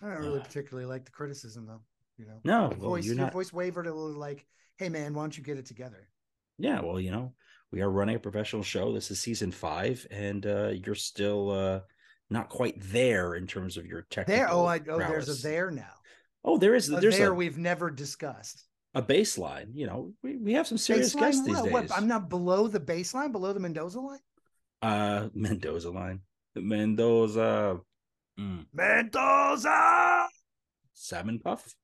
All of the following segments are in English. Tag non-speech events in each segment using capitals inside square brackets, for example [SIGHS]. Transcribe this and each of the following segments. don't really particularly like the criticism though. You know, No, Your well, voice you're your not. voice wavered a little. Like, hey man, why don't you get it together? Yeah, well, you know, we are running a professional show. This is season five, and uh, you're still uh, not quite there in terms of your technical. There. Oh, I, oh, there's prowess. a there now. Oh, there is. A There's there a, we've never discussed. a baseline. You know, we, we have some serious guests these what- days. what? I'm not below the baseline, below the Mendoza line. Uh, [LAUGHS] Mendoza line. Mendoza. Mm, Mendoza. [LAUGHS] salmon puff.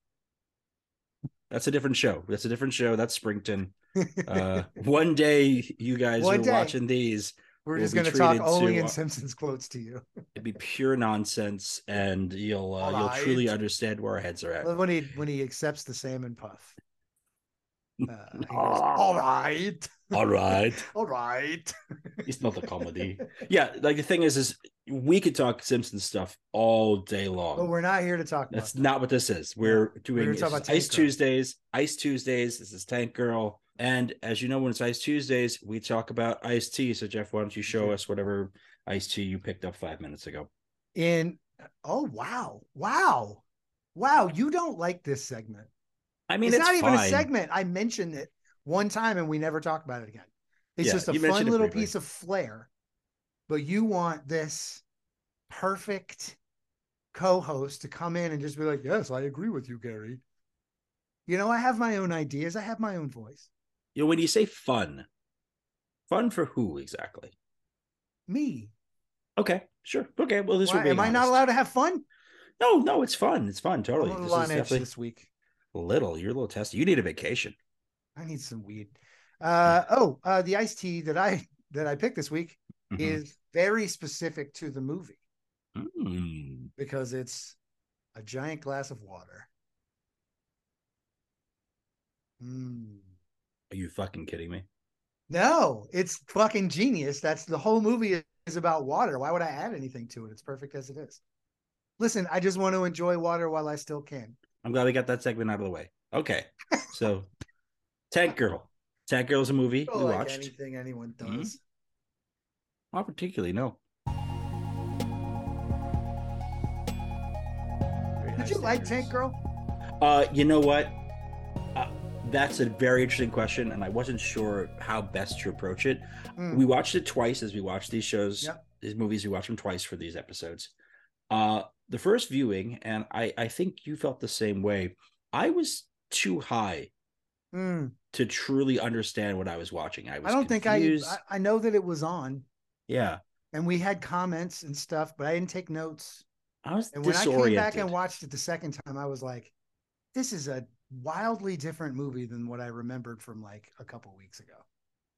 That's a different show. That's a different show. That's Springton. [LAUGHS] Uh, one day you guys One who are day. watching these. We're We'll just be going to talk treated only to, in uh, Simpsons quotes to you. It'd be pure nonsense, and you'll uh, All you'll right. truly understand where our heads [LAUGHS] are at. When he when he accepts the salmon puff. [LAUGHS] Uh, he goes, all right, All right, all right. it's not a comedy. Yeah, like the thing is, is we could talk Simpson stuff all [LAUGHS] day But long. we're not here to talk. That's about not what this is. We're doing gonna it's talk about Ice Tank Girl. Tuesdays. Ice Tuesdays. This is Tank Girl, and as you know, when it's Ice Tuesdays, we talk about iced tea. So Jeff, why don't you show Sure. us whatever iced tea you picked up five minutes ago? that. in. Oh wow, wow, wow! You don't like this segment. I mean, it's, it's, not even a fine. segment. I mentioned it one time and we never talk about it again. It's Yeah, just a you fun mentioned it little briefly. piece of flair. But you want this perfect co-host to come in and just be like, "Yes, I agree with you, Gary." You know, I have my own ideas. I have my own voice. You know, when you say fun, fun for who exactly? Me. Okay, sure. Okay, well, this Why- would be am I not allowed to have fun? No, no, it's fun. It's fun. Totally. I'm a This little is on edge definitely this week. little. You're a little testy. You need a vacation. I need some weed. Uh, oh, uh, the iced tea that I that I picked this week Mhm. is very specific to the movie. Mm. because it's a giant glass of water. Mm. Are you fucking kidding me? No, it's fucking genius. That's the whole movie is about water. Why would I add anything to it? It's perfect as it is. Listen, I just want to enjoy water while I still can. I'm glad we got that segment out of the way. Okay, [LAUGHS] so Tank Girl. Tank Girl is a movie Oh, we like watched. anything anyone does. Mhm. Not particularly. No. Very Did high you like standards. Tank Girl? Uh, you know what? Uh, that's a very interesting question, and I wasn't sure how best to approach it. Mm. we watched it twice as we watched these shows Yep. these movies we watched them twice for these episodes uh the first viewing and i i think you felt the same way i was too high Mm. to truly understand what i was watching i was I don't think I, confused. I. I know that it was on, yeah and we had comments and stuff, but I didn't take notes. i was And when I disoriented came back and watched it the second time, I was like, this is a wildly different movie than what I remembered from like a couple weeks ago.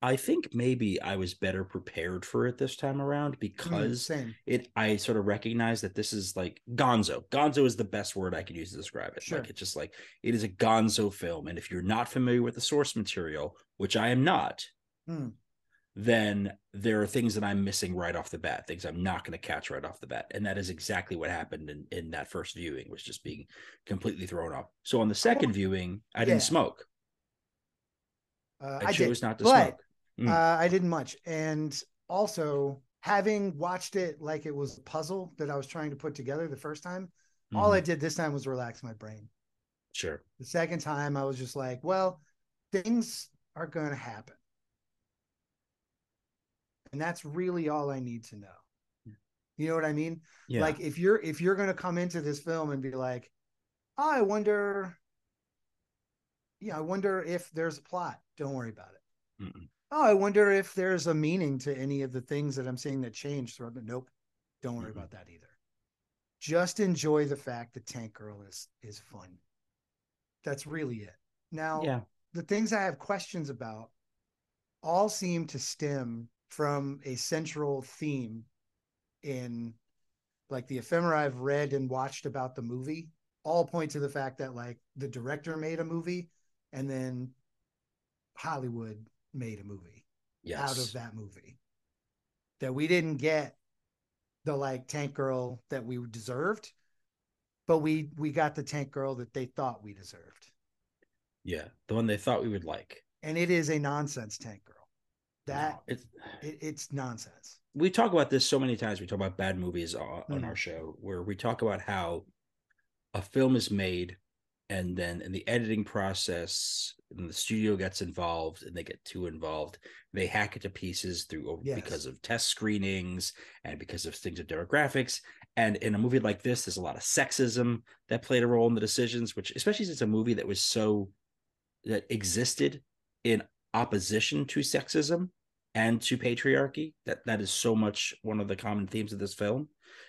i think maybe i was better prepared for it this time around Hmm, because same. it i sort of recognize that this is like gonzo gonzo is the best word i could use to describe it Sure. like it's just like it is a gonzo film and if you're not familiar with the source material which i am not Hmm. then there are things that i'm missing right off the bat things i'm not going to catch right off the bat and that is exactly what happened in, in that first viewing was just being completely thrown off so on the second viewing i Yeah. didn't smoke Uh, i, I, did. chose not to but- smoke Mm. Uh, I didn't much. And also, having watched it like it was a puzzle that I was trying to put together the first time, all Mhm. I did this time was relax my brain. sure The second time, I was just like, well, things are going to happen. And that's really all I need to know. You know what I mean? yeah Like if you're if you're gonna come into this film and be like, oh, I wonder, yeah, I wonder if there's a plot. Don't worry about it. Mm-mm. Oh, I wonder if there's a meaning to any of the things that I'm seeing that change throughout the nope. Don't worry Mhm. about that either. Just enjoy the fact that Tank Girl is is fun. That's really it. Now yeah the things I have questions about all seem to stem from a central theme in like the ephemera I've read and watched about the movie all point to the fact that like the director made a movie and then Hollywood made a movie yes out of that movie that we didn't get the like tank girl that we deserved but we we got the tank girl that they thought we deserved yeah the one they thought we would like and it is a nonsense tank girl. That No, it's it, it's nonsense. we talk about this so many times. We talk about bad movies on, on Mhm. our show, where we talk about how a film is made and then in the editing process and the studio gets involved and they get too involved they hack it to pieces through oh, Yes. because of test screenings and because of things of demographics and in a movie like this there's a lot of sexism that played a role in the decisions which especially since it's a movie that was so that existed in opposition to sexism and to patriarchy that that is so much one of the common themes of this film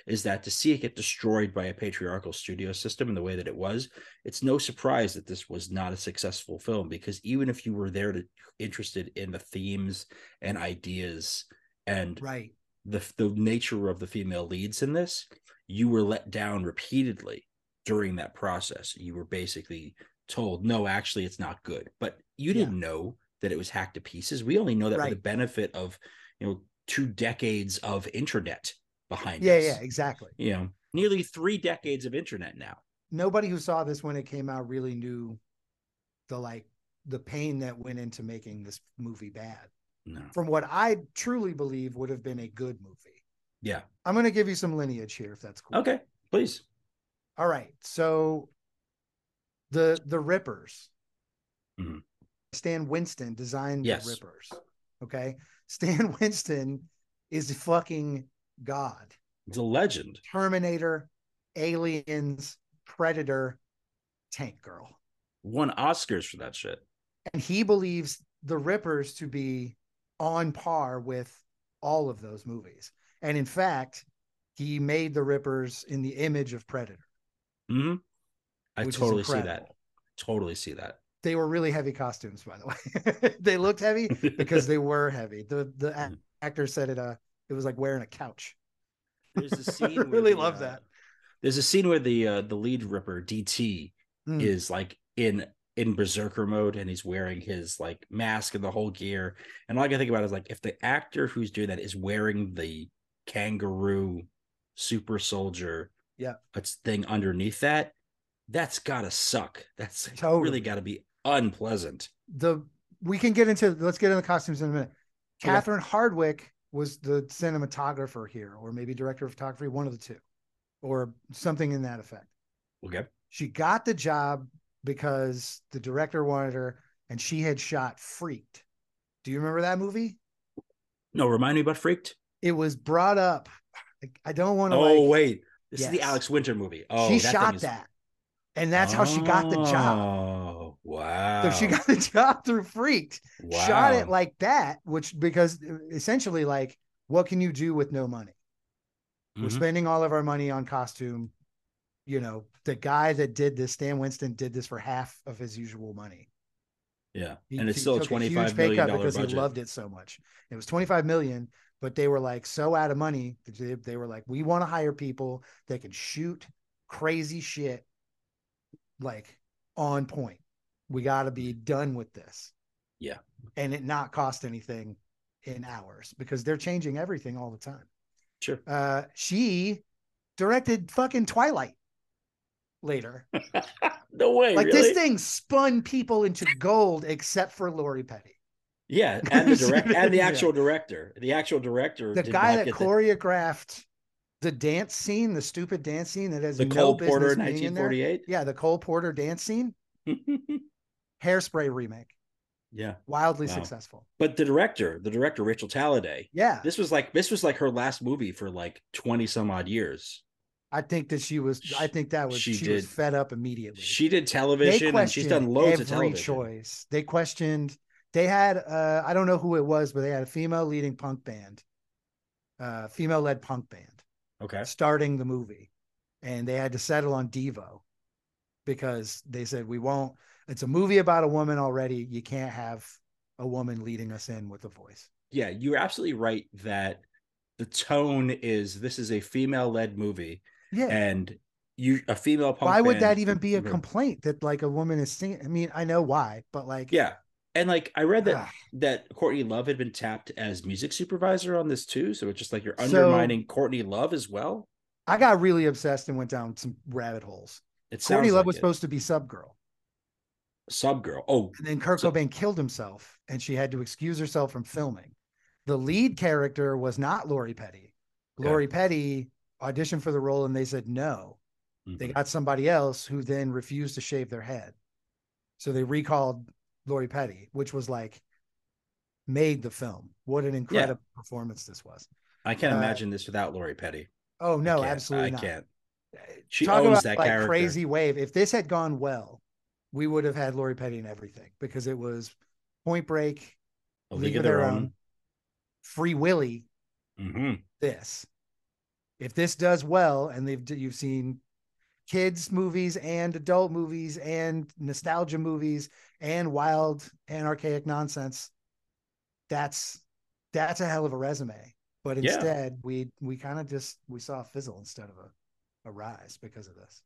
is that to see it get destroyed by a patriarchal studio system in the way that it was it's no surprise that this was not a successful film because even if you were there to interested in the themes and ideas and Right. the the nature of the female leads in this, you were let down repeatedly during that process. You were basically told, "No, actually, it's not good." But you Yeah. didn't know that it was hacked to pieces. We only know that with the Right. benefit of you know two decades of internet behind Yeah, us. yeah, exactly. You know, nearly three decades of internet now. Nobody who saw this when it came out really knew the like the pain that went into making this movie bad. No, From what I truly believe would have been a good movie. yeah, I'm going to give you some lineage here if that's cool. okay, please. All right. So the the Rippers. Mhm. Stan Winston designed Yes. the Rippers. Okay. Stan [LAUGHS] Winston is fucking god. It's a legend. Terminator, Aliens, Predator, Tank Girl. Won Oscars for that shit. And he believes the Rippers to be on par with all of those movies. And in fact, he made the Rippers in the image of Predator. hmm I which is totally see that. incredible. Totally see that. They were really heavy costumes, by the way. [LAUGHS] they looked heavy because they were heavy. The the ac- Mm. actor said it uh it was like wearing a couch. There's a [LAUGHS] I scene. where really the, love uh, that. There's a scene where the uh, the lead ripper DT Mm. is like in in berserker mode and he's wearing his like mask and the whole gear. And all I can think about is like if the actor who's doing that is wearing the kangaroo super soldier Yeah. uh, thing underneath that, that's gotta suck. [LAUGHS] That's Totally. really gotta be unpleasant. the we can get into let's get into the costumes in a minute. Okay. Catherine Hardwick was the cinematographer here, or maybe director of photography, one of the two, or something in that effect. Okay. She got the job because the director wanted her, and she had shot Freaked. Do you remember that movie? No, remind me about Freaked. It was brought up. I- I don't want to. Oh like, wait, this is the Yes. Alex Winter movie. Oh, she thing shot is- that, and that's how she got the job. Oh, wow. So she got the job through Freaked. [LAUGHS] shot it Wow. like that, which because essentially, like, what can you do with no money? We're Mhm. spending all of our money on costume. You know, the guy that did this, Stan Winston, did this for half of his usual money. Yeah, He- and it's he still a took huge twenty-five pay million cut dollar because budget. he loved it so much. It was twenty five million, but they were like so out of money. that They, they were like, we want to hire people that can shoot crazy shit, like on point. We got to be done with this. Yeah. and it not cost anything in hours because they're changing everything all the time. Sure. Uh, she directed fucking Twilight later. no way. like really? this thing spun people into gold except for Lori Petty. Yeah, and the direct and [LAUGHS] the Yeah. actual director, the actual director, the did guy not that get choreographed the, dance scene, the stupid dance scene that has the, the no Cole business Porter in being in nineteen there. forty-eight. Yeah, the Cole Porter dance scene, hairspray remake, [LAUGHS] yeah, wildly Wow. successful. but the director, the director Rachel Talladay, Yeah, this was like this was like her last movie for like twenty some odd years. I think that she was. I think that was she, She was did- fed up immediately. She did they television, questioned and she's done loads every of television. choice. They questioned. They had. Uh, I don't know who it was, but they had a female leading punk band, uh, female led punk band. Okay, starting the movie and they had to settle on devo because they said we won't it's a movie about a woman already you can't have a woman leading us in with a voice yeah, you're absolutely right that the tone is this is a female-led movie, yeah and you a female punk. Hmm. why would band- that even be a Right. complaint that like a woman is singing i mean i know why but like ah, Yeah. And like I read that ugh. that Courtney Love had been tapped as music supervisor on this too. So it's just like you're So- undermining Courtney Love as well. i got really obsessed and went down some rabbit holes It sounds courtney love like was it. supposed to be sub girl sub girl. Oh, And then Kurt So- Cobain killed himself, and she had to excuse herself from filming. The lead character was not Lori Petty. Okay. Lori Petty auditioned for the role, and they said no. mm-hmm. They got somebody else who then refused to shave their head. So they recalled Lori Petty, which was like made the film. What an incredible performance this was. I can't uh, imagine this without Lori Petty. Oh I no, can't. absolutely I not. Uh, can't. She Talk owns about that like character. crazy wave. If this had gone well, we would have had Lori Petty in everything because it was Point Break, A League of Oh, Their Own. Free Willy, Mhm. this. If this does well, and they've you've seen kids movies and adult movies and nostalgia movies and wild and archaic nonsense, that's that's a hell of a resume. But Yeah. instead, we we kind of just we saw a fizzle instead of a, a rise because of this.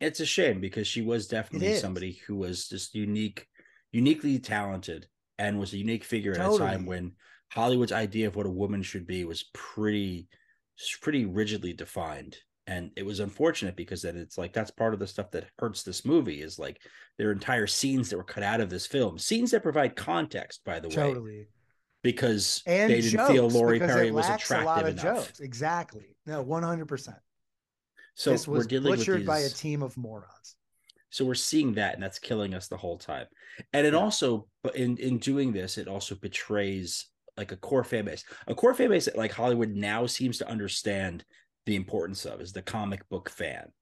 It's a shame because she was definitely is. somebody who was just unique, uniquely talented, and was a unique figure at a Totally. time when Hollywood's idea of what a woman should be was pretty, pretty rigidly defined. And it was unfortunate because then it's like that's part of the stuff that hurts this movie is like there are entire scenes that were cut out of this film, scenes that provide context, by the way, Totally. because And they didn't feel jokes, Lori because Perry it was lacks attractive a lot of enough. jokes. Exactly. No, one hundred percent. So This we're was dealing with butchered by a these- team of morons. So we're seeing that, and that's killing us the whole time. And it Yeah. also, but in in doing this, it also betrays like a core fan base, a core fan base that like Hollywood now seems to understand the importance of is the comic book fan.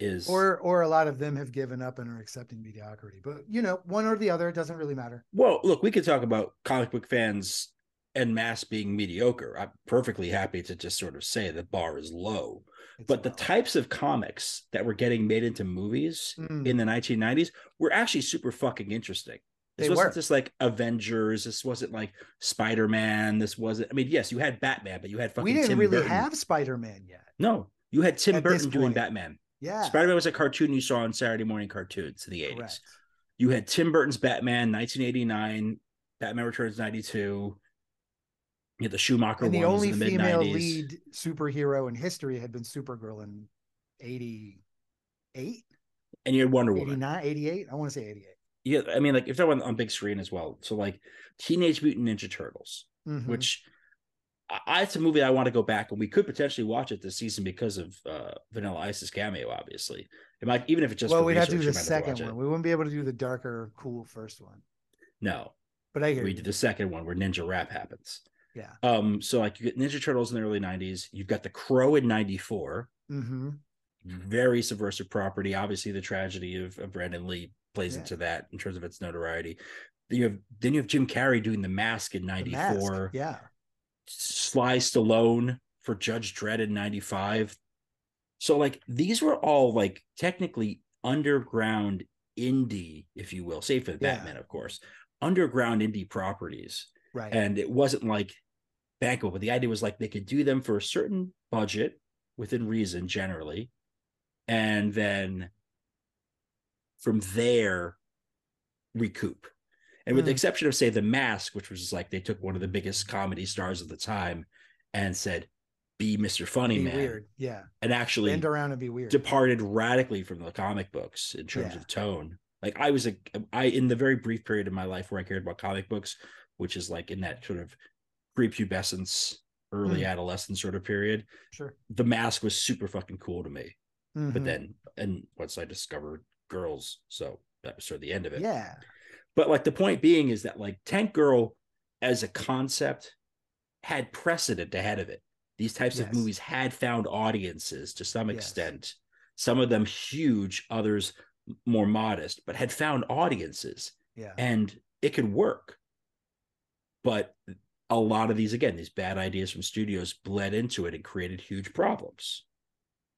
Is or or a lot of them have given up and are accepting mediocrity but you know one or the other it doesn't really matter well, look, we could talk about comic book fans and mass being mediocre. I'm perfectly happy to just sort of say the bar is low, It's but the about- types of comics that were getting made into movies Mm, in the 1990s were actually super fucking interesting. This They wasn't were. just like Avengers. This wasn't like Spider Man. This wasn't. I mean, yes, you had Batman, but you had fucking. we didn't Tim really Burton. have spider-man yet No, you had Tim at this Burton doing point. Batman. yeah Spider Man was a cartoon you saw on Saturday morning cartoons in the 80s. correct You had Tim Burton's Batman, 1989, Batman Returns, 92. You had the Schumacher and the ones only in the mid female 90s. lead superhero in history had been supergirl in 88 And you had Wonder Woman. 89 88 i want to say 88 Yeah, I mean, like, if they're on, on big screen as well. So, like, Teenage Mutant Ninja Turtles. Mhm. which I- I, it's a movie I want to go back and we could potentially watch it this season because of uh, Vanilla Ice's cameo. Obviously, it might even if it just well for we'd have to do research, the you might watch second it. one we wouldn't be able to do the darker cool first one No, but i hear we you. did the second one where Ninja Rap happens. Yeah. Um. So like you get Ninja Turtles in the early '90s. You've got The Crow in '94. Mhm. Very subversive property. Obviously, the tragedy of, of Brandon Lee plays Yeah. into that in terms of its notoriety. Then you have then you have Jim Carrey doing The Mask in The Mask, '94. yeah Sly Stallone for Judge Dredd in 95. So, like, these were all like technically underground indie, if you will, save for the Yeah. Batman, of course, underground indie properties. right And it wasn't like bankable, but the idea was like they could do them for a certain budget within reason, generally. And then from there, recoup. And with the Mm. exception of, say, The Mask, which was just like they took one of the biggest comedy stars of the time and said, be Mr. Funny be Man, weird yeah and actually bend around and be weird departed radically from the comic books in terms Yeah. of tone. Like I was a I in the very brief period of my life where I cared about comic books, which is like in that sort of prepubescence, early Mm. adolescence sort of period, sure the mask was super fucking cool to me. But Mhm. then and once I discovered girls, so that was sort of the end of it. yeah But like the point being is that like Tank Girl as a concept had precedent ahead of it. These types of Yes. movies had found audiences to some Yes. extent, some of them huge, others m- more modest, but had found audiences yeah and it could work. But a lot of these, again, these bad ideas from studios bled into it and created huge problems.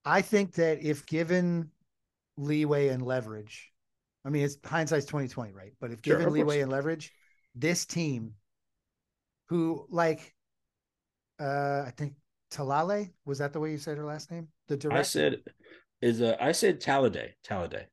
I think that if given leeway and leverage, I mean it's hindsight's twenty twenty, right? But if Sure, given of course. leeway and leverage, this team, who like, uh, I think Talale was that the way you said her last name? The director, I said, is uh, I said Talladay, Talladay,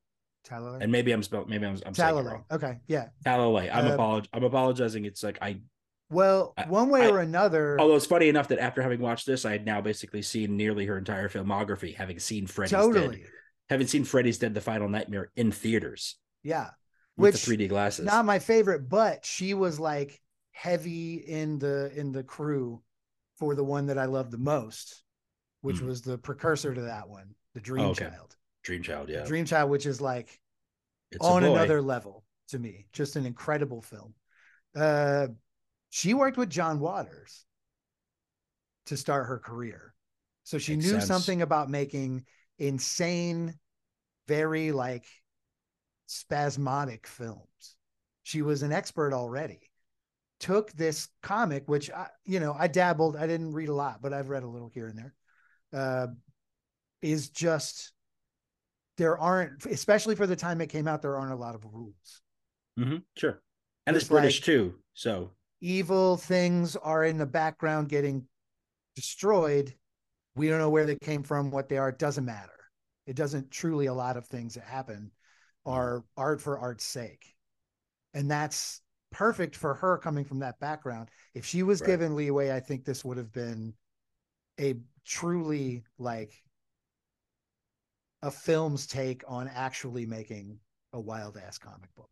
Talale. and maybe I'm spelled, maybe I'm, I'm saying it wrong. Talale. Okay, yeah. Talalay. I'm Uh, apolog- I'm apologizing. It's like I. Well, I- one way I- or another, Although it's funny enough that after having watched this, I had now basically seen nearly her entire filmography, having seen Freddy's Dead, totally, having seen Freddy's Dead: The Final Nightmare in theaters yeah. with Which- the 3D glasses. Not my favorite, but she was like heavy in the in the crew for the one that I loved the most, which Hmm. was the precursor to that one, the Dream Oh, okay. Child. Dream Child, yeah. Dream Child, which is like It's a on boy. another level to me. Just an incredible film. Uh, she worked with John Waters to start her career. So she Makes knew sense. something about making insane, very like spasmodic films. She was an expert already. Took this comic, which I, you know, I dabbled, I didn't read a lot, but I've read a little here and there. Uh, is just there aren't, especially for the time it came out, there aren't a lot of rules. Mhm, Sure. And it's Just like- British too. So evil things are in the background getting destroyed. We don't know where they came from, what they are. It doesn't matter. It doesn't truly a lot of things that happen are art for art's sake. And that's perfect for her coming from that background. If she was Right. given leeway, I think this would have been a truly like a film's take on actually making a wild ass comic book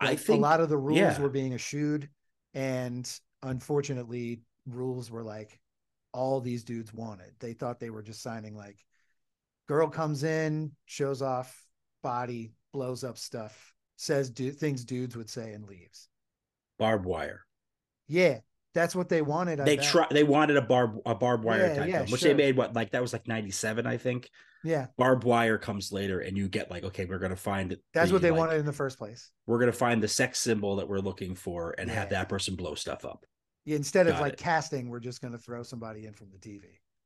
I like, think a lot of the rules yeah. were being eschewed, and unfortunately, rules were like all these dudes wanted. They thought they were just signing like, girl comes in, shows off body, blows up stuff, says du- things dudes would say, and leaves. barbed wire. Yeah, that's what they wanted. I They bet. try. They wanted a barb a barbed wire Yeah, type yeah, film, which sure. they made what like that was like ninety seven, I think. Yeah, Barbed wire comes later, and you get like, okay, we're gonna find. that's the, what they like, wanted in the first place. We're gonna find the sex symbol that we're looking for, and have Yeah. that person blow stuff up. Instead of Got like it. casting, we're just going to throw somebody in from the TV.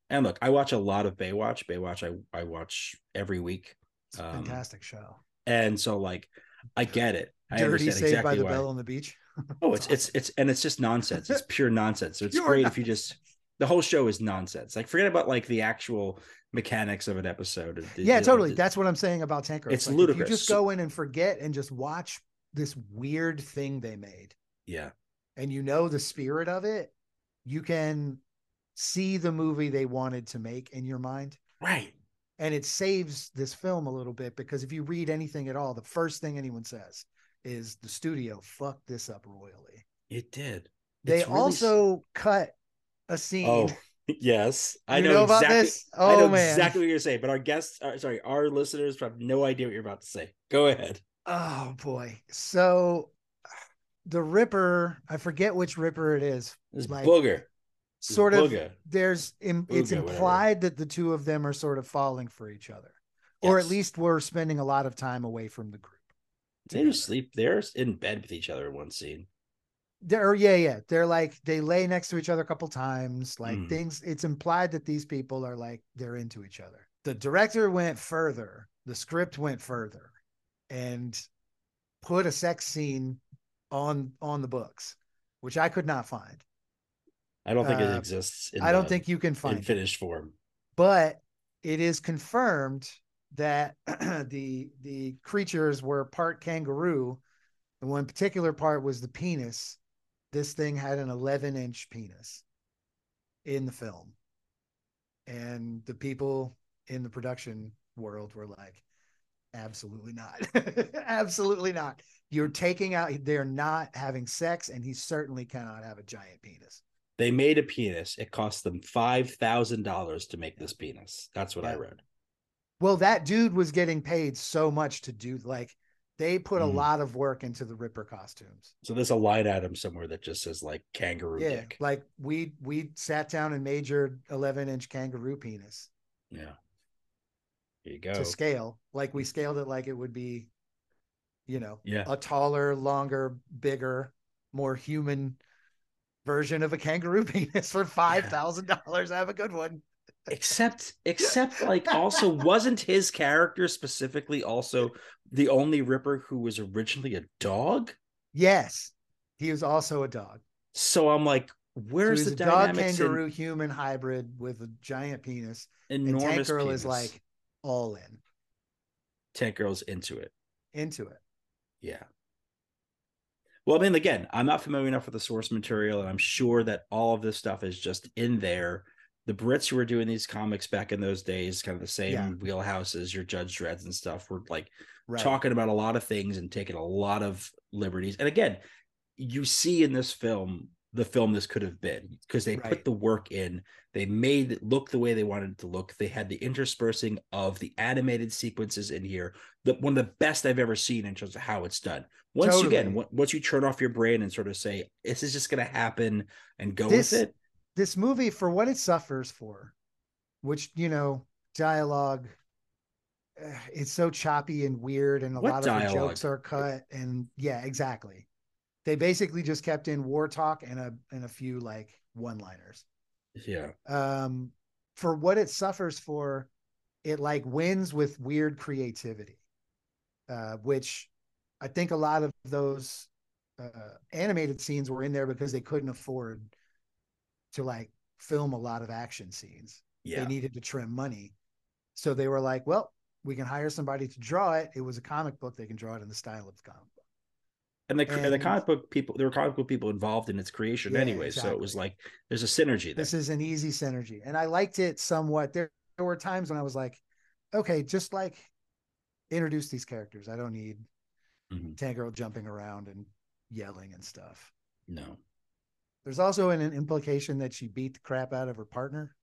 And look, I watch a lot of Baywatch. Baywatch, I I watch every week, It's a Um, fantastic show. and so like, I get it. I Dirty understand Saved exactly by the why. Bell on the beach. Oh, it's it's it's and it's just nonsense. It's pure nonsense. [LAUGHS] So it's Pure great if you just the whole show is nonsense. Like forget about like the actual mechanics of an episode. It- it- yeah, it- totally. it- That's what I'm saying about Tanker. it's like, ludicrous. If you just So- go in and forget and just watch this weird thing they made, yeah. and you know the spirit of it, you can see the movie they wanted to make in your mind, Right. and it saves this film a little bit because if you read anything at all, the first thing anyone says is the studio fucked this up royally. It did. They It's really s- also cut a scene. [LAUGHS] Oh, [LAUGHS] yes. I you know, about exactly. this? Oh I know man. exactly what you're saying, but our guests, uh, sorry, our listeners have no idea what you're about to say. Go ahead. Oh boy. So the Ripper, I forget which Ripper it is. This Like, booger. This Sort of booger. there's im- it's Booga, whatever. implied that the two of them are sort of falling for each other. Or at Yes. least we're spending a lot of time away from the group. they just sleep. They're in bed with each other in one scene. They're yeah, yeah. They're like they lay next to each other a couple times. Like Mhm. things it's implied that these people are like they're into each other. The director went further, the script went further and put a sex scene on on the books, which I could not find. I don't think it Uh, exists. In I don't the- think you can in find it. finished form. But it is confirmed that [CLEARS THROAT] the the creatures were part kangaroo. The one particular part was the penis. This thing had an 11 inch penis in the film. And the people in the production world were like, absolutely not. [LAUGHS] absolutely not. You're taking out, they're not having sex, and he certainly cannot have a giant penis. They made a penis. It cost them five thousand dollars to make this penis. That's what I Yeah. read. Well, that dude was getting paid so much to do like they put a Mhm. lot of work into the Ripper costumes. So there's a line item somewhere that just says like kangaroo yeah, dick. like we we sat down and measured eleven inch kangaroo penis Yeah. There you go. to scale. Like we scaled it like it would be, you know, yeah. a taller, longer, bigger, more human version of a kangaroo [LAUGHS] penis for five thousand dollars. Have a good one. [LAUGHS] Except except like also wasn't his character specifically also the only ripper who was originally a dog? Yes, he was also a dog. So I'm like, So where's he's the a dog dynamics in kangaroo human hybrid with a giant penis? and Tank enormous Girl penis? is like all in Tank Girl's into it. into it. Yeah. Well, I mean, again, I'm not familiar enough with the source material, and I'm sure that all of this stuff is just in there. The Brits who were doing these comics back in those days, kind of the same Yeah. wheelhouse as your Judge Dreds and stuff, were like Right. talking about a lot of things and taking a lot of liberties. And again, you see in this film the film this could have been because they put Right. the work in. They made it look the way they wanted it to look. They had the interspersing of the animated sequences in here. The, one of the best I've ever seen in terms of how it's done. Once you again, Totally. on- once you turn off your brain and sort of say, this is just going to happen and go This- with it. this movie for what it suffers for which you know dialogue eh, it's so choppy and weird and a What lot of the dialogue? jokes are cut and yeah exactly they basically just kept in war talk and a and a few like one liners Yeah. um for what it suffers for it like wins with weird creativity uh which i think a lot of those uh animated scenes were in there because they couldn't afford to like film a lot of action scenes Yeah. they needed to trim money so they were like well we can hire somebody to draw it it was a comic book they can draw it in the style of the comic book and the, and the And- comic book people there were comic book people involved in its creation Yeah, anyway so it was exactly. like there's a synergy there this is an easy synergy and i liked it somewhat there, there were times when i was like okay just like introduce these characters i don't need Mhm. Tangirl jumping around and yelling and stuff no there's also an, an implication that she beat the crap out of her partner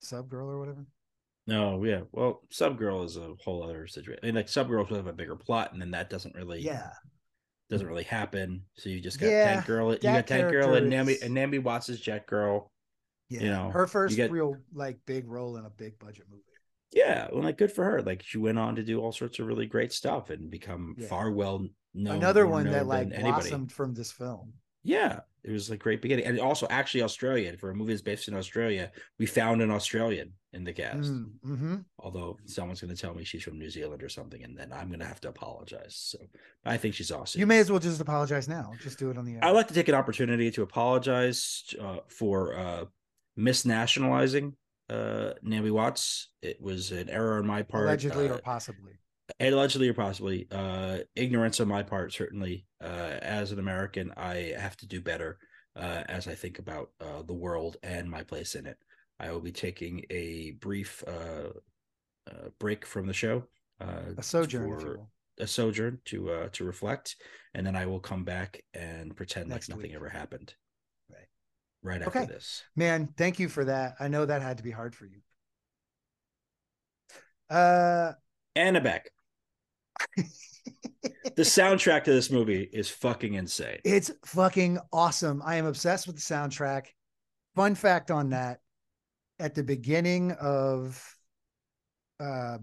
sub girl or whatever no yeah well subgirl is a whole other situation i mean like subgirl will have a bigger plot and then that doesn't really yeah doesn't really happen so you just got Yeah, tank girl you that got tank girl and character nami is- and nami watts is jet girl yeah know, her first get- real like big role in a big budget movie yeah well like good for her like she went on to do all sorts of really great stuff and become Yeah. far well known another more one known that than like anybody. blossomed from this film Yeah, it was a great beginning, and also actually Australian for a movie that's based in Australia. We found an Australian in the cast, Mm, mhm. although someone's going to tell me she's from New Zealand or something, and then I'm going to have to apologize. So I think she's awesome. you may as well just apologize now just do it on the air I like to take an opportunity to apologize uh, for uh, misnationalizing uh, Naomi Watts. It was an error on my part, allegedly uh, or possibly allegedly or possibly uh ignorance on my part certainly uh as an american i have to do better uh as i think about uh the world and my place in it i will be taking a brief uh, uh break from the show uh a sojourn if you for will a sojourn to uh to reflect and then i will come back and pretend Next like nothing week. ever happened Right. right after Okay. this man thank you for that i know that had to be hard for you uh [LAUGHS] anna beck the soundtrack to this movie is fucking insane [LAUGHS] It's fucking awesome. I am obsessed with the soundtrack. Fun fact on that at the beginning of uh,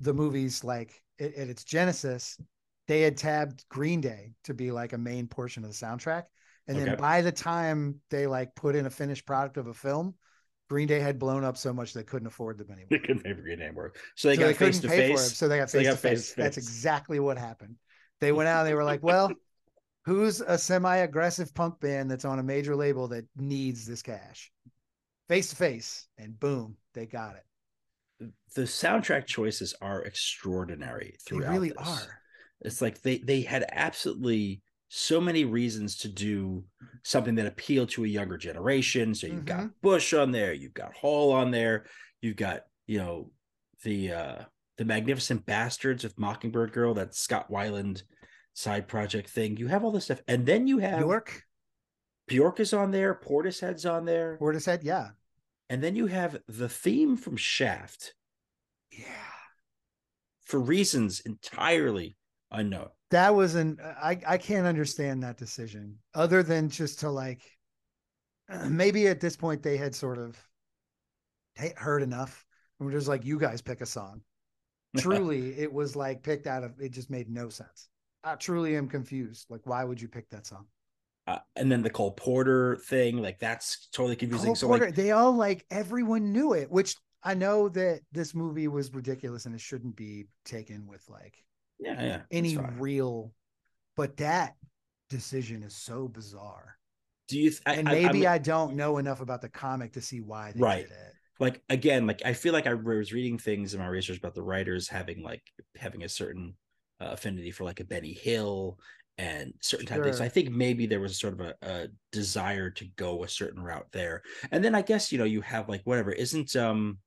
the movies, like at, at its genesis, they had tabbed Green Day to be like a main portion of the soundtrack. And then Okay. by the time they like put in a finished product of a film, Green Day had blown up so much they couldn't afford them anymore. they couldn't make a good name work. So they So got they face couldn't to pay for it, face. so they got So they face to got face face. to That's face. exactly what happened. They went out and they were like, "Well, who's a semi-aggressive punk band that's on a major label that needs this cash?" Face to face, and boom, they got it. The soundtrack choices are extraordinary They throughout. really this. are. It's like they they had absolutely so many reasons to do something that appealed to a younger generation. So you've got Bush on there, you've got Hall on there, you've got you know the uh the Magnificent Bastards of Mockingbird Girl, that Scott Weiland side project thing. You have all this stuff, and then you have York, Bjork is on there, Portishead's on there, Portishead, yeah, and then you have the theme from Shaft. yeah. for reasons entirely unknown. That was an I I can't understand that decision other than just to like [CLEARS THROAT] maybe at this point they had sort of he- heard enough and were just like, "You guys pick a song." [LAUGHS] truly it was like picked out of it just made no sense i truly am confused like why would you pick that song Uh, and then the Cole Porter thing, like that's totally confusing. Cole so Porter, like, they all like everyone knew it which i know that this movie was ridiculous and it shouldn't be taken with like yeah, yeah, any it's fine. real but that decision is so bizarre do you? Th- I, and I- I'm- maybe I, don't know enough about the comic to see why they Right. did it like again like i feel like i was reading things in my research about the writers having like having a certain uh, affinity for like a benny hill and certain type of things so Sure. i think maybe there was sort of a, a desire to go a certain route there and then i guess you know you have like whatever isn't um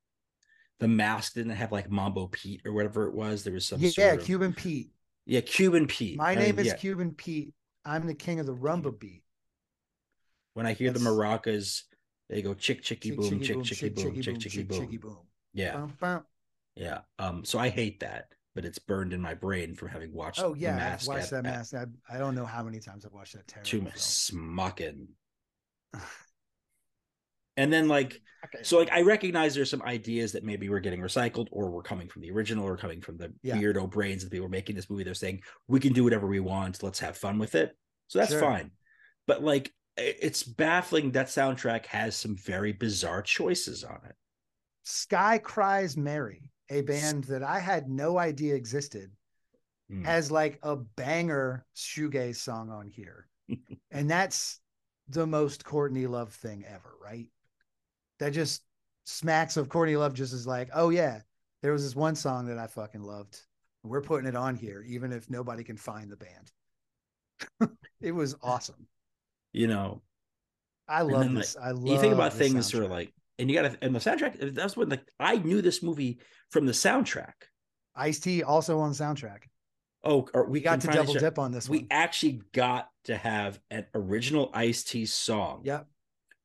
the mask didn't have like mambo pete or whatever it was there was some yeah, sort of- cuban pete yeah cuban pete my I name mean, is yeah. cuban pete i'm the king of the rumba beat When I hear the That's- maracas, they go chick chicky Chick, boom, chicky chick chicky chick, boom, chicky chick chicky chick, chicky boom. boom. Yeah, Bum, bum. yeah. Um, so I hate that, but it's burned in my brain from having watched. Oh The yeah, I've Mask watched at- that at mask. I, I don't know how many times I've watched that terrible Too film. [SIGHS] much smocking. And then like Okay. so like I recognize there's some ideas that maybe were getting recycled or were coming from the original or coming from the Yeah. weirdo brains of the people making this movie. They're saying we can do whatever we want. Let's have fun with it. So that's Sure. fine. But like i- it's baffling that soundtrack has some very bizarre choices on it. Sky Cries Mary, a band that I had no idea existed, Mm. has like a banger shoegaze song on [LAUGHS] here. and that's the most Courtney Love thing ever, right? That just smacks of Courtney Love just is like, oh yeah, there was this one song that I fucking loved. We're putting it on here, even if nobody can find the band. [LAUGHS] it was awesome. You know, I And love then, this. I love you think about the things that are soundtrack. like, and you gotta and the soundtrack, that's when like I knew this movie from the soundtrack. Ice T also on soundtrack. Oh, or we We got can to finally double check- dip on this we one. actually got to have an original Ice T song. Yep.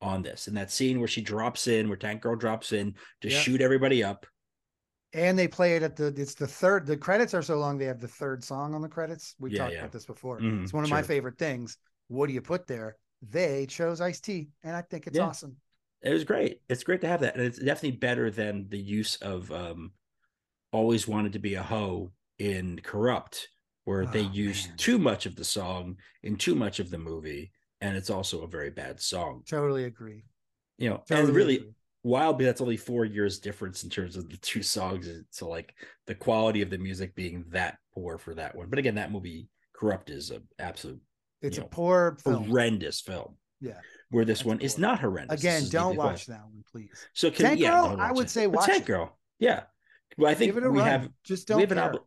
On this, and that scene where she drops in, where Tank Girl drops in to Yep. shoot everybody up. and they play it at the it's the third the credits are so long they have the third song on the credits we Yeah, talked yeah. about this before Mhm, it's one of my sure. favorite things what do you put there they chose iced tea and i think it's Yeah. awesome It was great. It's great to have that, and it's definitely better than the use of um, "Always Wanted to Be a Hoe" in "Corrupt," where they Oh, used man. too much of the song in too much of the movie, and it's also a very bad song. totally agree You know, totally and really, agree. wild but that's only four years difference in terms of the two songs so like the quality of the music being that poor for that one but again that movie corrupt is an absolute it's you a know, poor film horrendous film Yeah, where this that's one is poor. not horrendous This again is don't deeply quiet. watch that one please so can Tank yeah Girl, don't I watch would it. say But watch Tank it. girl yeah well i think give it a we run have just we don't have an care. obli-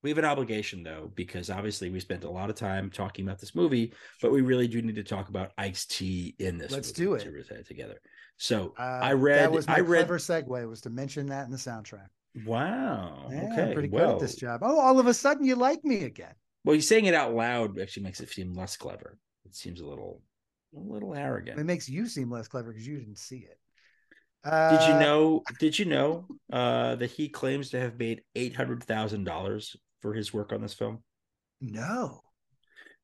we have an obligation though because obviously we spent a lot of time talking about this movie but we really do need to talk about ice t in this Let's movie do to tie it together so Uh, i read that was my i read clever segue was to mention that in the soundtrack Wow. yeah, Oh, okay. i'm pretty good well, at this job oh all of a sudden you like me again well, you saying it out loud actually makes it seem less clever. It seems a little, a little arrogant. It makes you seem less clever because you didn't see it. did you Uh, know? Did you know uh, that he claims to have made eight hundred thousand dollars for his work on this film? No,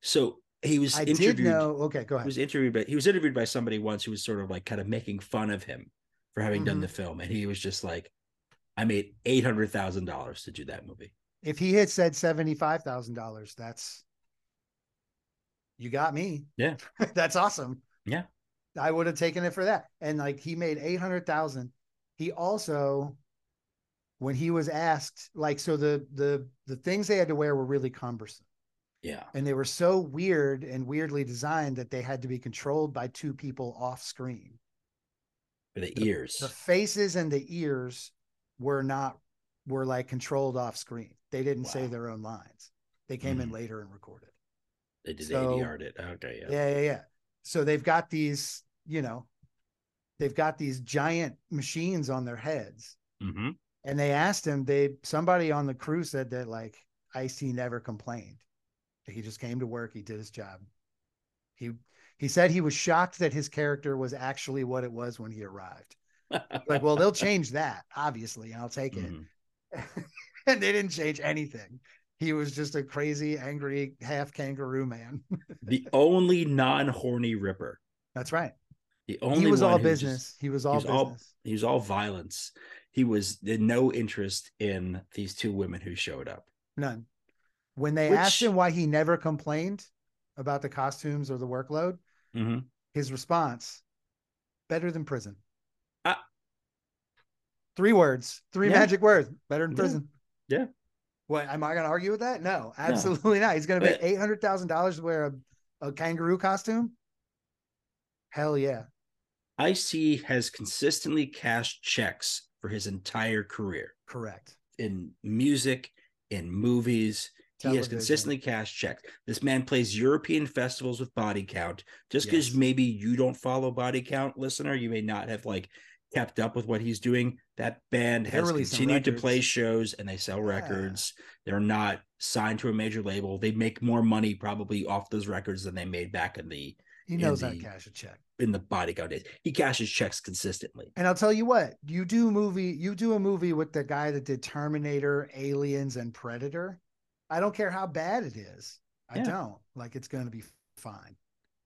So he was I interviewed. did know. Okay, go He ahead. was interviewed by he was interviewed by somebody once who was sort of like kind of making fun of him for having done Mhm. the film, and he was just like, "I made eight hundred thousand dollars to do that movie." if he had said seventy-five thousand dollars, that's you got me. Yeah. [LAUGHS] that's awesome. Yeah. I would have taken it for that. And like he made eight hundred thousand. He also, when he was asked, like, so the the the things they had to wear were really cumbersome. Yeah. and they were so weird and weirdly designed that they had to be controlled by two people off screen. For the ears. The faces and the ears were not were like controlled off screen. They didn't say Wow. their own lines. They came in Mhm. later and recorded. they did so- ADR'd it. Okay. Yeah. Yeah, yeah, yeah. So they've got these, you know, they've got these giant machines on their heads. Mm-hmm. And they asked him, they somebody on the crew said that like Ice T never complained. He just came to work, he did his job. He he said he was shocked that his character was actually what it was when he arrived. Like, well, they'll change that, obviously, and I'll take it. Mhm. [LAUGHS] and they didn't change anything. He was just a crazy, angry, half kangaroo man. [LAUGHS] the only non-horny Ripper. That's right. The only he was one all who just- business. he was all was all- business. he was all violence. He was there no interest in these two women who showed up. None. When they asked Which- him why he never complained about the costumes or the workload, Mhm. his response better than prison. Ah. three words, three Yeah. magic words better than Yeah. prison. Yeah. What am I going to argue with that? No, absolutely not. He's going to pay But- $800,000 to wear a, a kangaroo costume. Hell yeah. IC has consistently cashed checks for his entire career Correct. in music, in movies. He has Television. consistently cashed checks. This man plays European festivals with body count. Just because Yes. maybe you don't follow body count, listener, you may not have like kept up with what he's doing. That band They're has releasing continued to play records. shows and they sell Yeah. records. They're not signed to a major label. They make more money probably off those records than they made back in the He in knows how the- to cash a check. in the bodyguard days. He cashes checks consistently. And I'll tell you what, you do movie, you do a movie with the guy that did Terminator, Aliens, and Predator. I don't care how bad it is. I Yeah. don't. Like it's gonna be fine.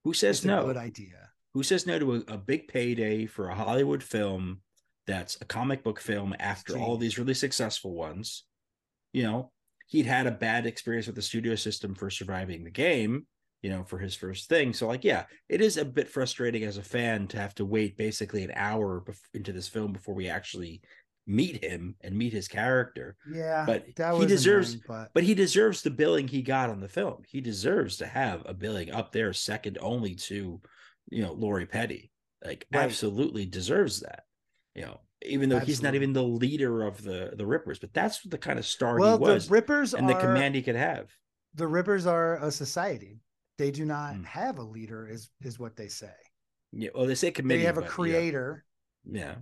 Who says It's a no? good idea. Who says no to a, a big payday for a Hollywood film that's a comic book film after all Genius. these really successful ones? You know, he'd had a bad experience with the studio system for surviving the game, you know, for his first thing. So, like, yeah, it is a bit frustrating as a fan to have to wait basically an hour bef- into this film before we actually meet him and meet his character. Yeah. But Ah, that he was deserves annoying, but but he deserves the billing he got on the film. He deserves to have a billing up there, second only to, you know, Lori Petty. Like Right. absolutely deserves that. You know, even though he's not Absolutely. even the leader of the the Rippers, but that's the kind of star well, he was the Rippers and are the command he could have. the Rippers are a society. They do not Hmm. have a leader, is is what they say. Yeah. Well, they say committee. they have a but, yeah. creator. Yeah.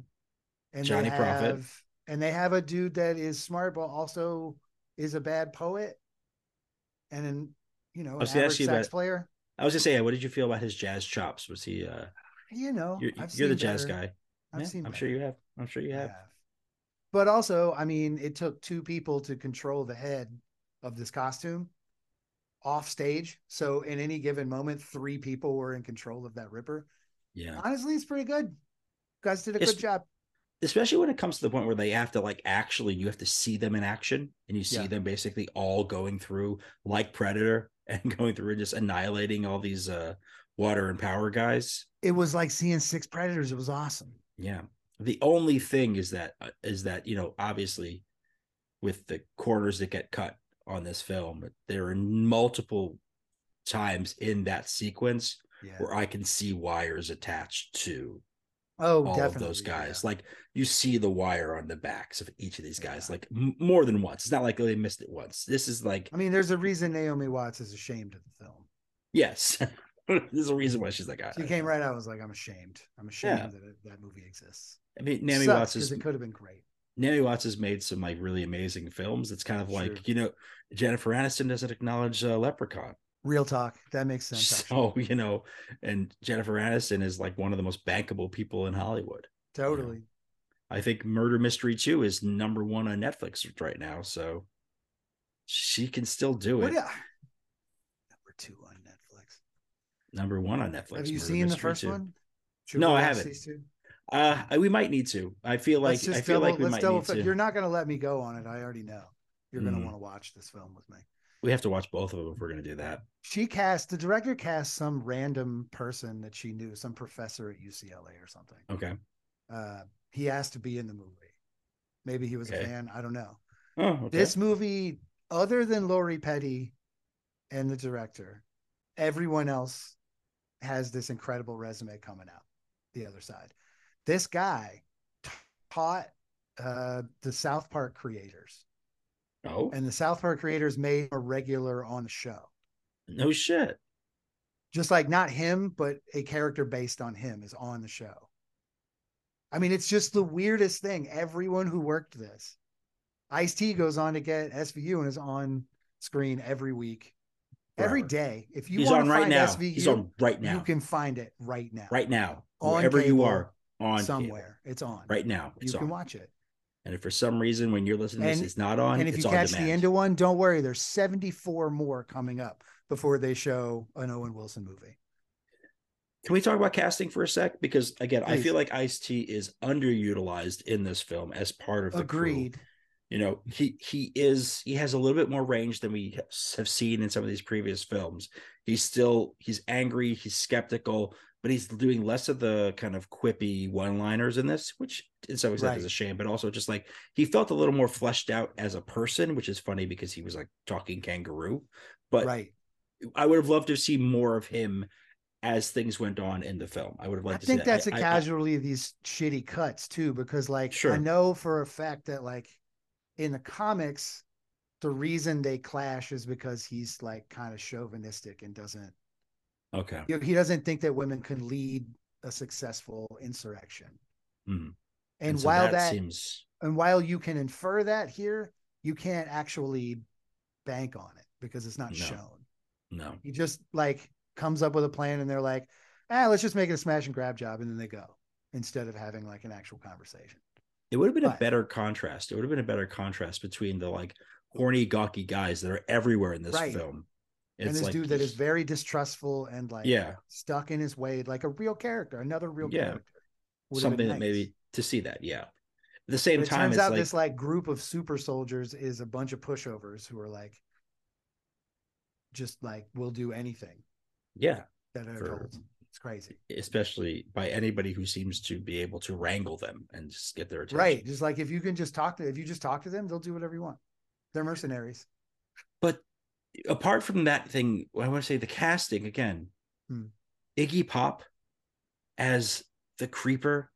and Johnny they Prophet. have, and they have a dude that is smart but also is a bad poet, and then you know, I an was gonna average ask you sax about- player. I was gonna say, what did you feel about his jazz chops? Was he uh You know, you're, Oh, I've you're the seen jazz better. guy. I've Yeah, seen. I'm sure better. you have. I'm sure you I have. But also, I mean, it took two people to control the head of this costume off stage. So in any given moment, three people were in control of that ripper. Yeah. Honestly, it's pretty good. guys did a It's- good job. especially when it comes to the point where they have to like actually you have to see them in action and you see Yeah. them basically all going through like predator [LAUGHS] and going through and just annihilating all these uh water and power guys It was like seeing six predators. It was awesome. yeah the only thing is that uh, is that you know obviously with the corners that get cut on this film there are multiple times in that sequence Yeah. where i can see wires attached to Oh, all of definitely. those yeah. guys. Like you see the wire on the backs of each of these guys, Yeah. like m- more than once. It's not like they missed it once. This is like I mean, there's a reason Naomi Watts is ashamed of the film. yes, [LAUGHS] there's a reason why she's like. I, She came right out. and was like, I'm ashamed. I'm ashamed that it, that movie exists. I mean, Naomi Sucks, Watts 'cause is it could have been great. Naomi Watts has made some like really amazing films. It's kind of like Sure. you know Jennifer Aniston doesn't acknowledge uh, Leprechaun, [LAUGHS] Real talk. That makes sense. actually. so [LAUGHS] you know, and Jennifer Aniston is like one of the most bankable people in Hollywood. Totally. I think Murder Mystery Two is number one on Netflix right now, so she can still do What it. do- Number two on Netflix. number one on Netflix. have you Murder seen the Mystery first two. one? Should No, we I watch haven't. these two? Uh, I- we might need to. I feel like let's just I feel double, like we let's might double need check. to. You're not going to let me go on it. I already know. You're going Mhm. to want to watch this film with me. We have to watch both of them if we're going to do that. She cast the director cast some random person that she knew, some professor at UCLA or something. Okay. uh, he asked to be in the movie. Maybe he was Okay. a fan. I don't know. Oh, okay. This movie, other than Lori Petty and the director, everyone else has this incredible resume coming out the other side. This guy t- taught uh, the South Park creators, oh, and the South Park creators made a regular on the show. no shit. just like not him, but a character based on him is on the show. I mean, it's just the weirdest thing. Everyone who worked this, Ice T goes on to get SVU and is on screen every week, every Forever. day. If you He's want on to right find now. SVU, He's on right now. you can find it right now, right now. On Wherever you cable, are on cable. somewhere. It's on right now. You It's can on. watch it, And if for some reason when you're listening to this, And- it's not on. and if it's you on catch demand. the end of one, don't worry. There's 74 more coming up before they show an Owen Wilson movie. Can we talk about casting for a sec? Because again, I Please. feel like Ice T is underutilized in this film as part of the crew. Agreed. you know he he is he has a little bit more range than we have seen in some of these previous films he's still he's angry he's skeptical but he's doing less of the kind of quippy one liners in this which in some extent is Right. a shame but also just like he felt a little more fleshed out as a person which is funny because he was like talking kangaroo but right. i would have loved to see more of him as things went on in the film i would have I liked to see think that. that's a I- I- I- casualty of these shitty cuts too, because like Sure. I know for a fact that like in the comics, the reason they clash is because he's like kind of chauvinistic and doesn't okay you know, he doesn't think that women can lead a successful insurrection. Mhm. And, so while that that seems and while you can infer that here, you can't actually bank on it because it's not No. shown no he just like comes up with a plan and they're like ah, let's just make it a smash and grab job, and then they go instead of having like an actual conversation. It would have been a Right. better contrast. It would have been a better contrast between the like horny, gawky guys that are everywhere in this Right. film. and this dude that is very distrustful and like yeah, stuck in his way, like a real character, another real Yeah. character. Would've been something that nice. maybe to see that. Yeah. At the same But it time, turns it's out like, this like group of super soldiers is a bunch of pushovers who are like just like will do anything yeah, that are For- told. It's crazy. especially by anybody who seems to be able to wrangle them and just get their attention. Right. Just like if you can just talk to if you just talk to them, they'll do whatever you want. They're mercenaries. Apart from that thing, I want to say the casting again. Hmm. Iggy Pop as the creeper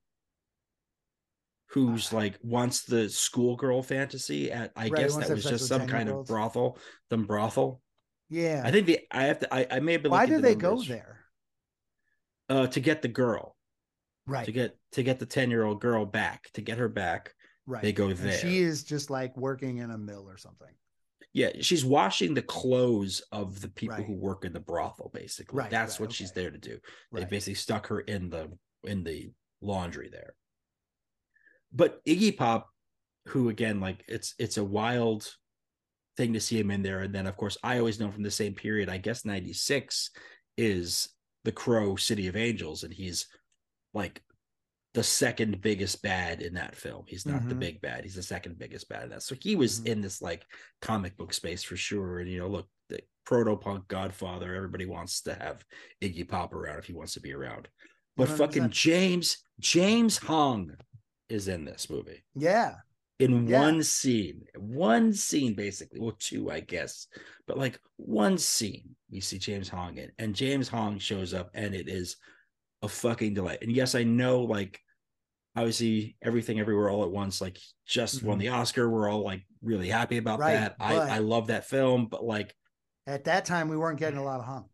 who's like wants the schoolgirl fantasy at I Ah. Right, guess wants to that was have sex just with some kind of 10-year-olds. brothel, some brothel. Yeah. I think the I have to I, I may have been Why looking do at they the go numbers. there? Uh to get the girl. Right. to get to get the 10 year old girl back to get her back right. they go And there she is just like working in a mill or something. yeah she's washing the clothes of the people Right. who work in the brothel basically Right, that's right, what she's okay. there to do they Right. basically stuck her in the in the laundry there but iggy pop who again like it's it's a wild thing to see him in there and then of course i always know from the same period i guess 96 is the crow city of angels and he's like the second biggest bad in that film he's not the Mhm. big bad he's the second biggest bad in that so he was Mhm. in this like comic book space for sure and you know look the proto punk godfather everybody wants to have iggy pop around if he wants to be around but fucking 100%. james james hong is in this movie Yeah. in Yeah. one scene one scene basically well two i guess but like one scene we see james hong in and james hong shows up and it is a fucking delight and yes i know like obviously everything everywhere all at once like just won Mhm. the oscar we're all like really happy about Right, that but- i i love that film but like At that time we weren't getting a lot of hum.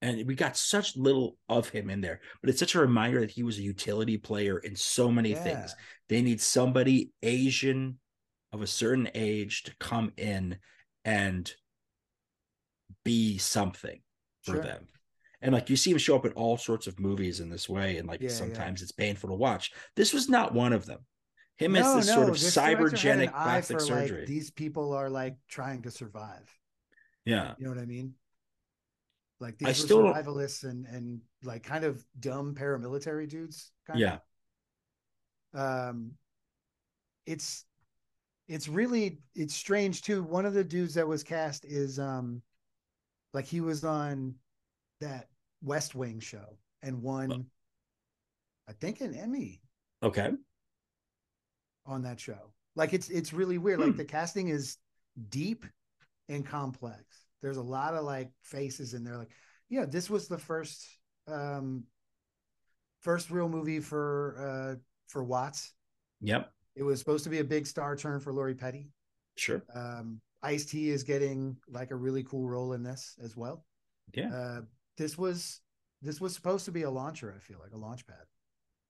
and we got such little of him in there but it's such a reminder that he was a utility player in so many Yeah. things they need somebody asian of a certain age to come in and be something for Sure. them and like you see him show up in all sorts of movies in this way and like Yeah, yeah. sometimes it's painful to watch this was not one of them him as No, this sort no, of this director had an cybergenic eye plastic for, surgery Like, these people are like trying to survive. yeah You know what I mean? Like these I were still don't- survivalists and and like kind of dumb paramilitary dudes. Kind yeah Of. Um, it's it's really it's strange too. One of the dudes that was cast is um, like he was on that West Wing show and won, I think, an Emmy okay on that show. Like it's it's really weird. Like Hmm. the casting is deep and complex. There's a lot of like faces in there. Like, yeah, this was the first um first real movie for uh for Watts. yep It was supposed to be a big star turn for Lori Petty. sure Um Ice T is getting like a really cool role in this as well. Yeah. Uh this was this was supposed to be a launcher, I feel like, a launch pad.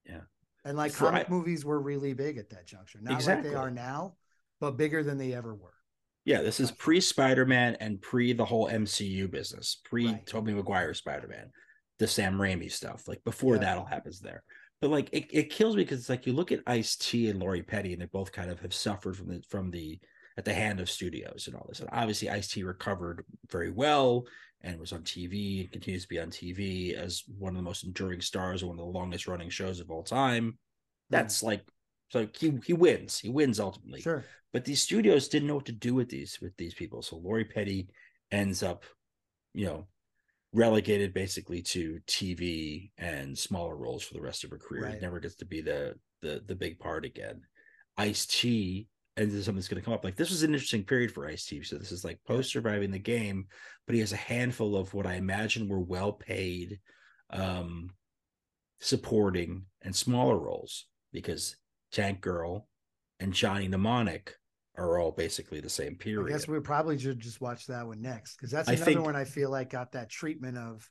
Yeah. And like For- comic movies were really big at that juncture. Not Exactly. like they are now, but bigger than they ever were. Yeah, this is Gotcha. pre Spider Man and pre the whole MCU business, pre Right. Tobey Maguire Spider Man, the Sam Raimi stuff. Like before Yeah. that all happens there. But like it, it kills me because it's like you look at Ice T and Lori Petty, and they both kind of have suffered from the from the at the hand of studios and all this. And obviously Ice T recovered very well and was on TV and continues to be on TV as one of the most enduring stars and one of the longest running shows of all time. That's like so he he wins. He wins ultimately sure. but these studios didn't know what to do with these with these people so lori petty ends up you know relegated basically to tv and smaller roles for the rest of her career Right. She never gets to be the the the big part again ice t and this is something that's going to come up like this was an interesting period for ice t so this is like post surviving the game but he has a handful of what i imagine were well paid um supporting and smaller roles because tank girl and johnny mnemonic are all basically the same I period guess we probably should just watch that one next because that's I another think- one I feel like got that treatment of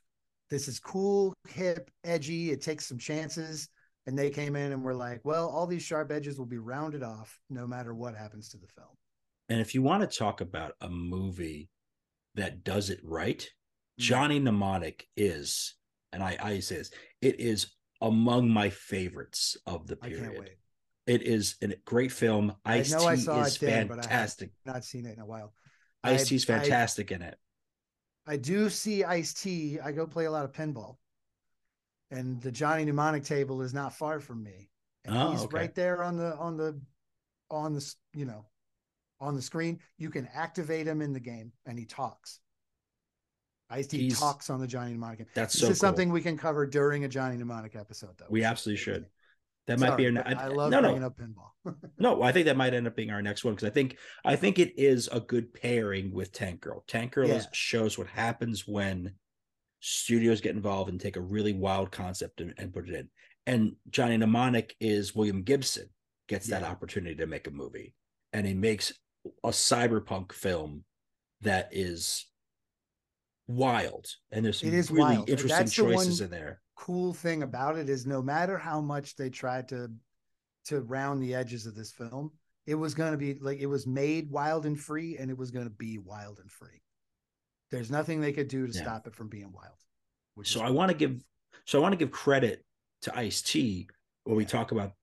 this is cool, hip, edgy. It takes some chances. And they came in and were like, well, all these sharp edges will be rounded off no matter what happens to the film. And if you want to talk about a movie that does it right, Mm. Johnny Mnemonic is and I, I say this, it is among my favorites of the I can't period. wait. It is a great film. I Ice T know I saw is it then, but I haven't fantastic. Not seen it in a while. I- Ice T's I- fantastic in it. I do see Ice T. I go play a lot of pinball, and the Johnny Mnemonic table is not far from me, and Oh, he's okay. right there on the on the on the s- you know on the screen. You can activate him in the game, and he talks. Ice T He's- talks on the Johnny Mnemonic. game. That's This so is something cool. we can cover during a Johnny Mnemonic episode, though. We absolutely should. That might Sorry, be an. but I, love no, no, bringing up pinball. no. I think that might end up being our next one because I think I think it is a good pairing with Tank Girl. Tank Girl is, Yeah. shows what happens when studios get involved and take a really wild concept and, and put it in. And Johnny Mnemonic is William Gibson gets that Yeah. opportunity to make a movie, and he makes a cyberpunk film that is wild. And there's some It is really wild. interesting That's the one- choices in there. cool thing about it is no matter how much they tried to to round the edges of this film, it was going to be like it was made wild and free and it was going to be wild and free. There's nothing they could do to Yeah. stop it from being wild. Which so is I cool. want to give so I want to give credit to Ice T when we Yeah. talk about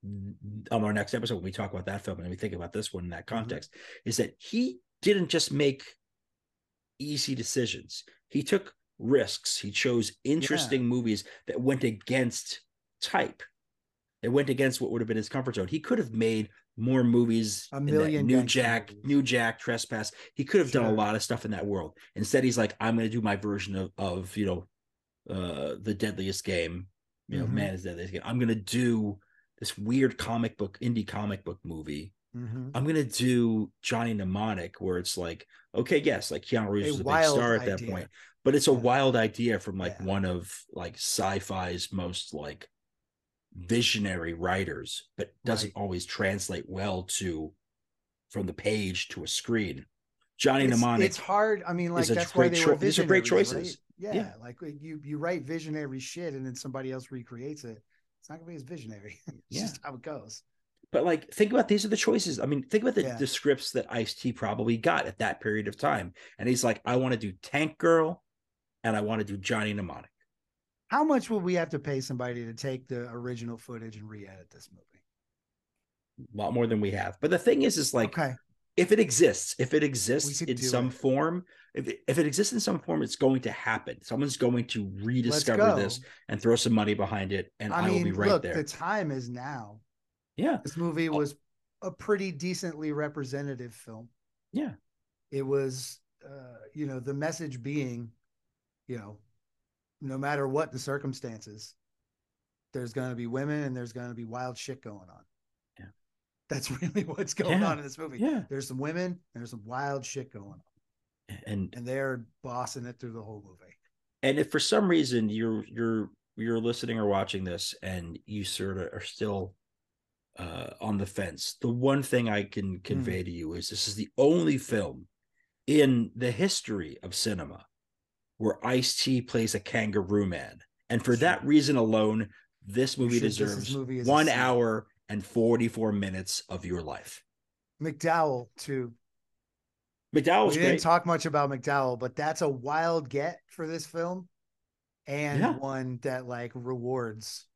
on our next episode when we talk about that film and we think about this one in Mm-hmm. that context is that he didn't just make easy decisions. He took risks. He chose interesting movies that went against type. That went against what would have been his comfort zone. He could have made more movies. A in that million New gangster Jack, movies. New Jack, Trespass. He could have done a Sure. lot of stuff in that world. Instead, he's like, I'm going to do my version of, of you know, uh, the deadliest game. You know, Mhm. man is deadliest game. I'm going to do this weird comic book, indie comic book movie. Mhm. I'm gonna do Johnny Mnemonic, where it's like, okay, yes, like Keanu Reeves A was a big wild star at that idea. point, but it's a Yeah. wild idea from like Yeah. one of like sci-fi's most like visionary writers, but doesn't Right. always translate well to from the page to a screen. Johnny It's, Mnemonic, it's hard. I mean, like is a that's why great they were choi- these are great visionaries, right? choices. Yeah, Yeah. like you you write visionary shit and then somebody else recreates it. It's not gonna be as visionary. [LAUGHS] it's Yeah. just how it goes. but like think about these are the choices. I mean, think about the, Yeah. the scripts that Ice T probably got at that period of time, and he's like, I want to do Tank Girl, and I want to do Johnny Mnemonic. How much would we have to pay somebody to take the original footage and re-edit this movie? a lot more than we have. But the thing is, is like okay, if it exists, if it exists could in do some it. form, if it, if it exists in some form, it's going to happen. Someone's going to rediscover this and throw some money behind it, and I, I mean, will be right look, there. the time is now. Yeah, This movie Oh. was a pretty decently representative film. Yeah. It was, uh, you know, the message being, you know, no matter what the circumstances, there's going to be women and there's going to be wild shit going on. Yeah. That's [LAUGHS] really what's going Yeah. on in this movie. yeah, There's some women, and there's some wild shit going on, and and they're bossing it through the whole movie. and if for some reason you're you're you're listening or watching this and you sort of are still uh on the fence the one thing i Hmm. can convey to you is this is the only film in the history of cinema where ice t plays a kangaroo man and for Sure. that reason alone this You movie should- this is- deserves movie is a one sin. hour and 44 minutes of your life McDowell too. mcdowell's we didn't great talk much about McDowell, but that's a wild get for this film, and Yeah. one that like rewards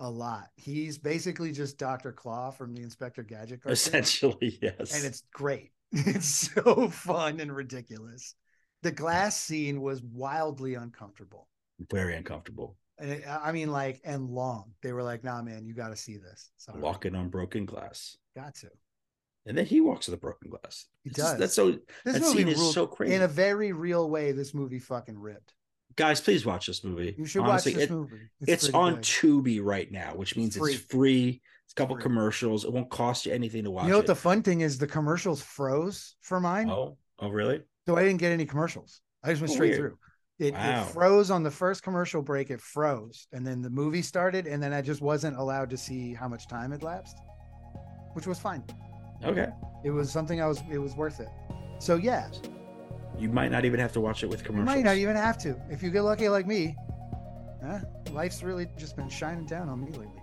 a lot. He's basically just Doctor Claw from the Inspector Gadget cartoon, essentially [LAUGHS] yes and it's great. [LAUGHS] It's so fun and ridiculous. The glass scene was wildly uncomfortable, very uncomfortable and it, I mean, like, and long. They were like, "Nah, man, you got to see this." So walking on broken glass got to. and then he walks on the broken glass. He It's just- does. That's so. This that movie scene is ruled- so crazy. in a very real way. This movie fucking ripped. Guys, please watch this movie. You should Honestly, watch this it- movie. It's, pretty on good. Tubi right now, which means free. it's free. It's a couple Free. commercials. It won't cost you anything to watch. You know what it. the fun thing is? The commercials froze for mine, oh, oh, really? so I didn't get any commercials. I just went Oh, straight weird. through. It, Wow. it froze on the first commercial break. It froze, and then the movie started, and then I just wasn't allowed to see how much time had lapsed, which was fine. Okay. It was something I was. It was worth it. So yeah, You might not even have to watch it with you commercials. might not even have to if you get lucky like me. Huh? Life's really just been shining down on me lately.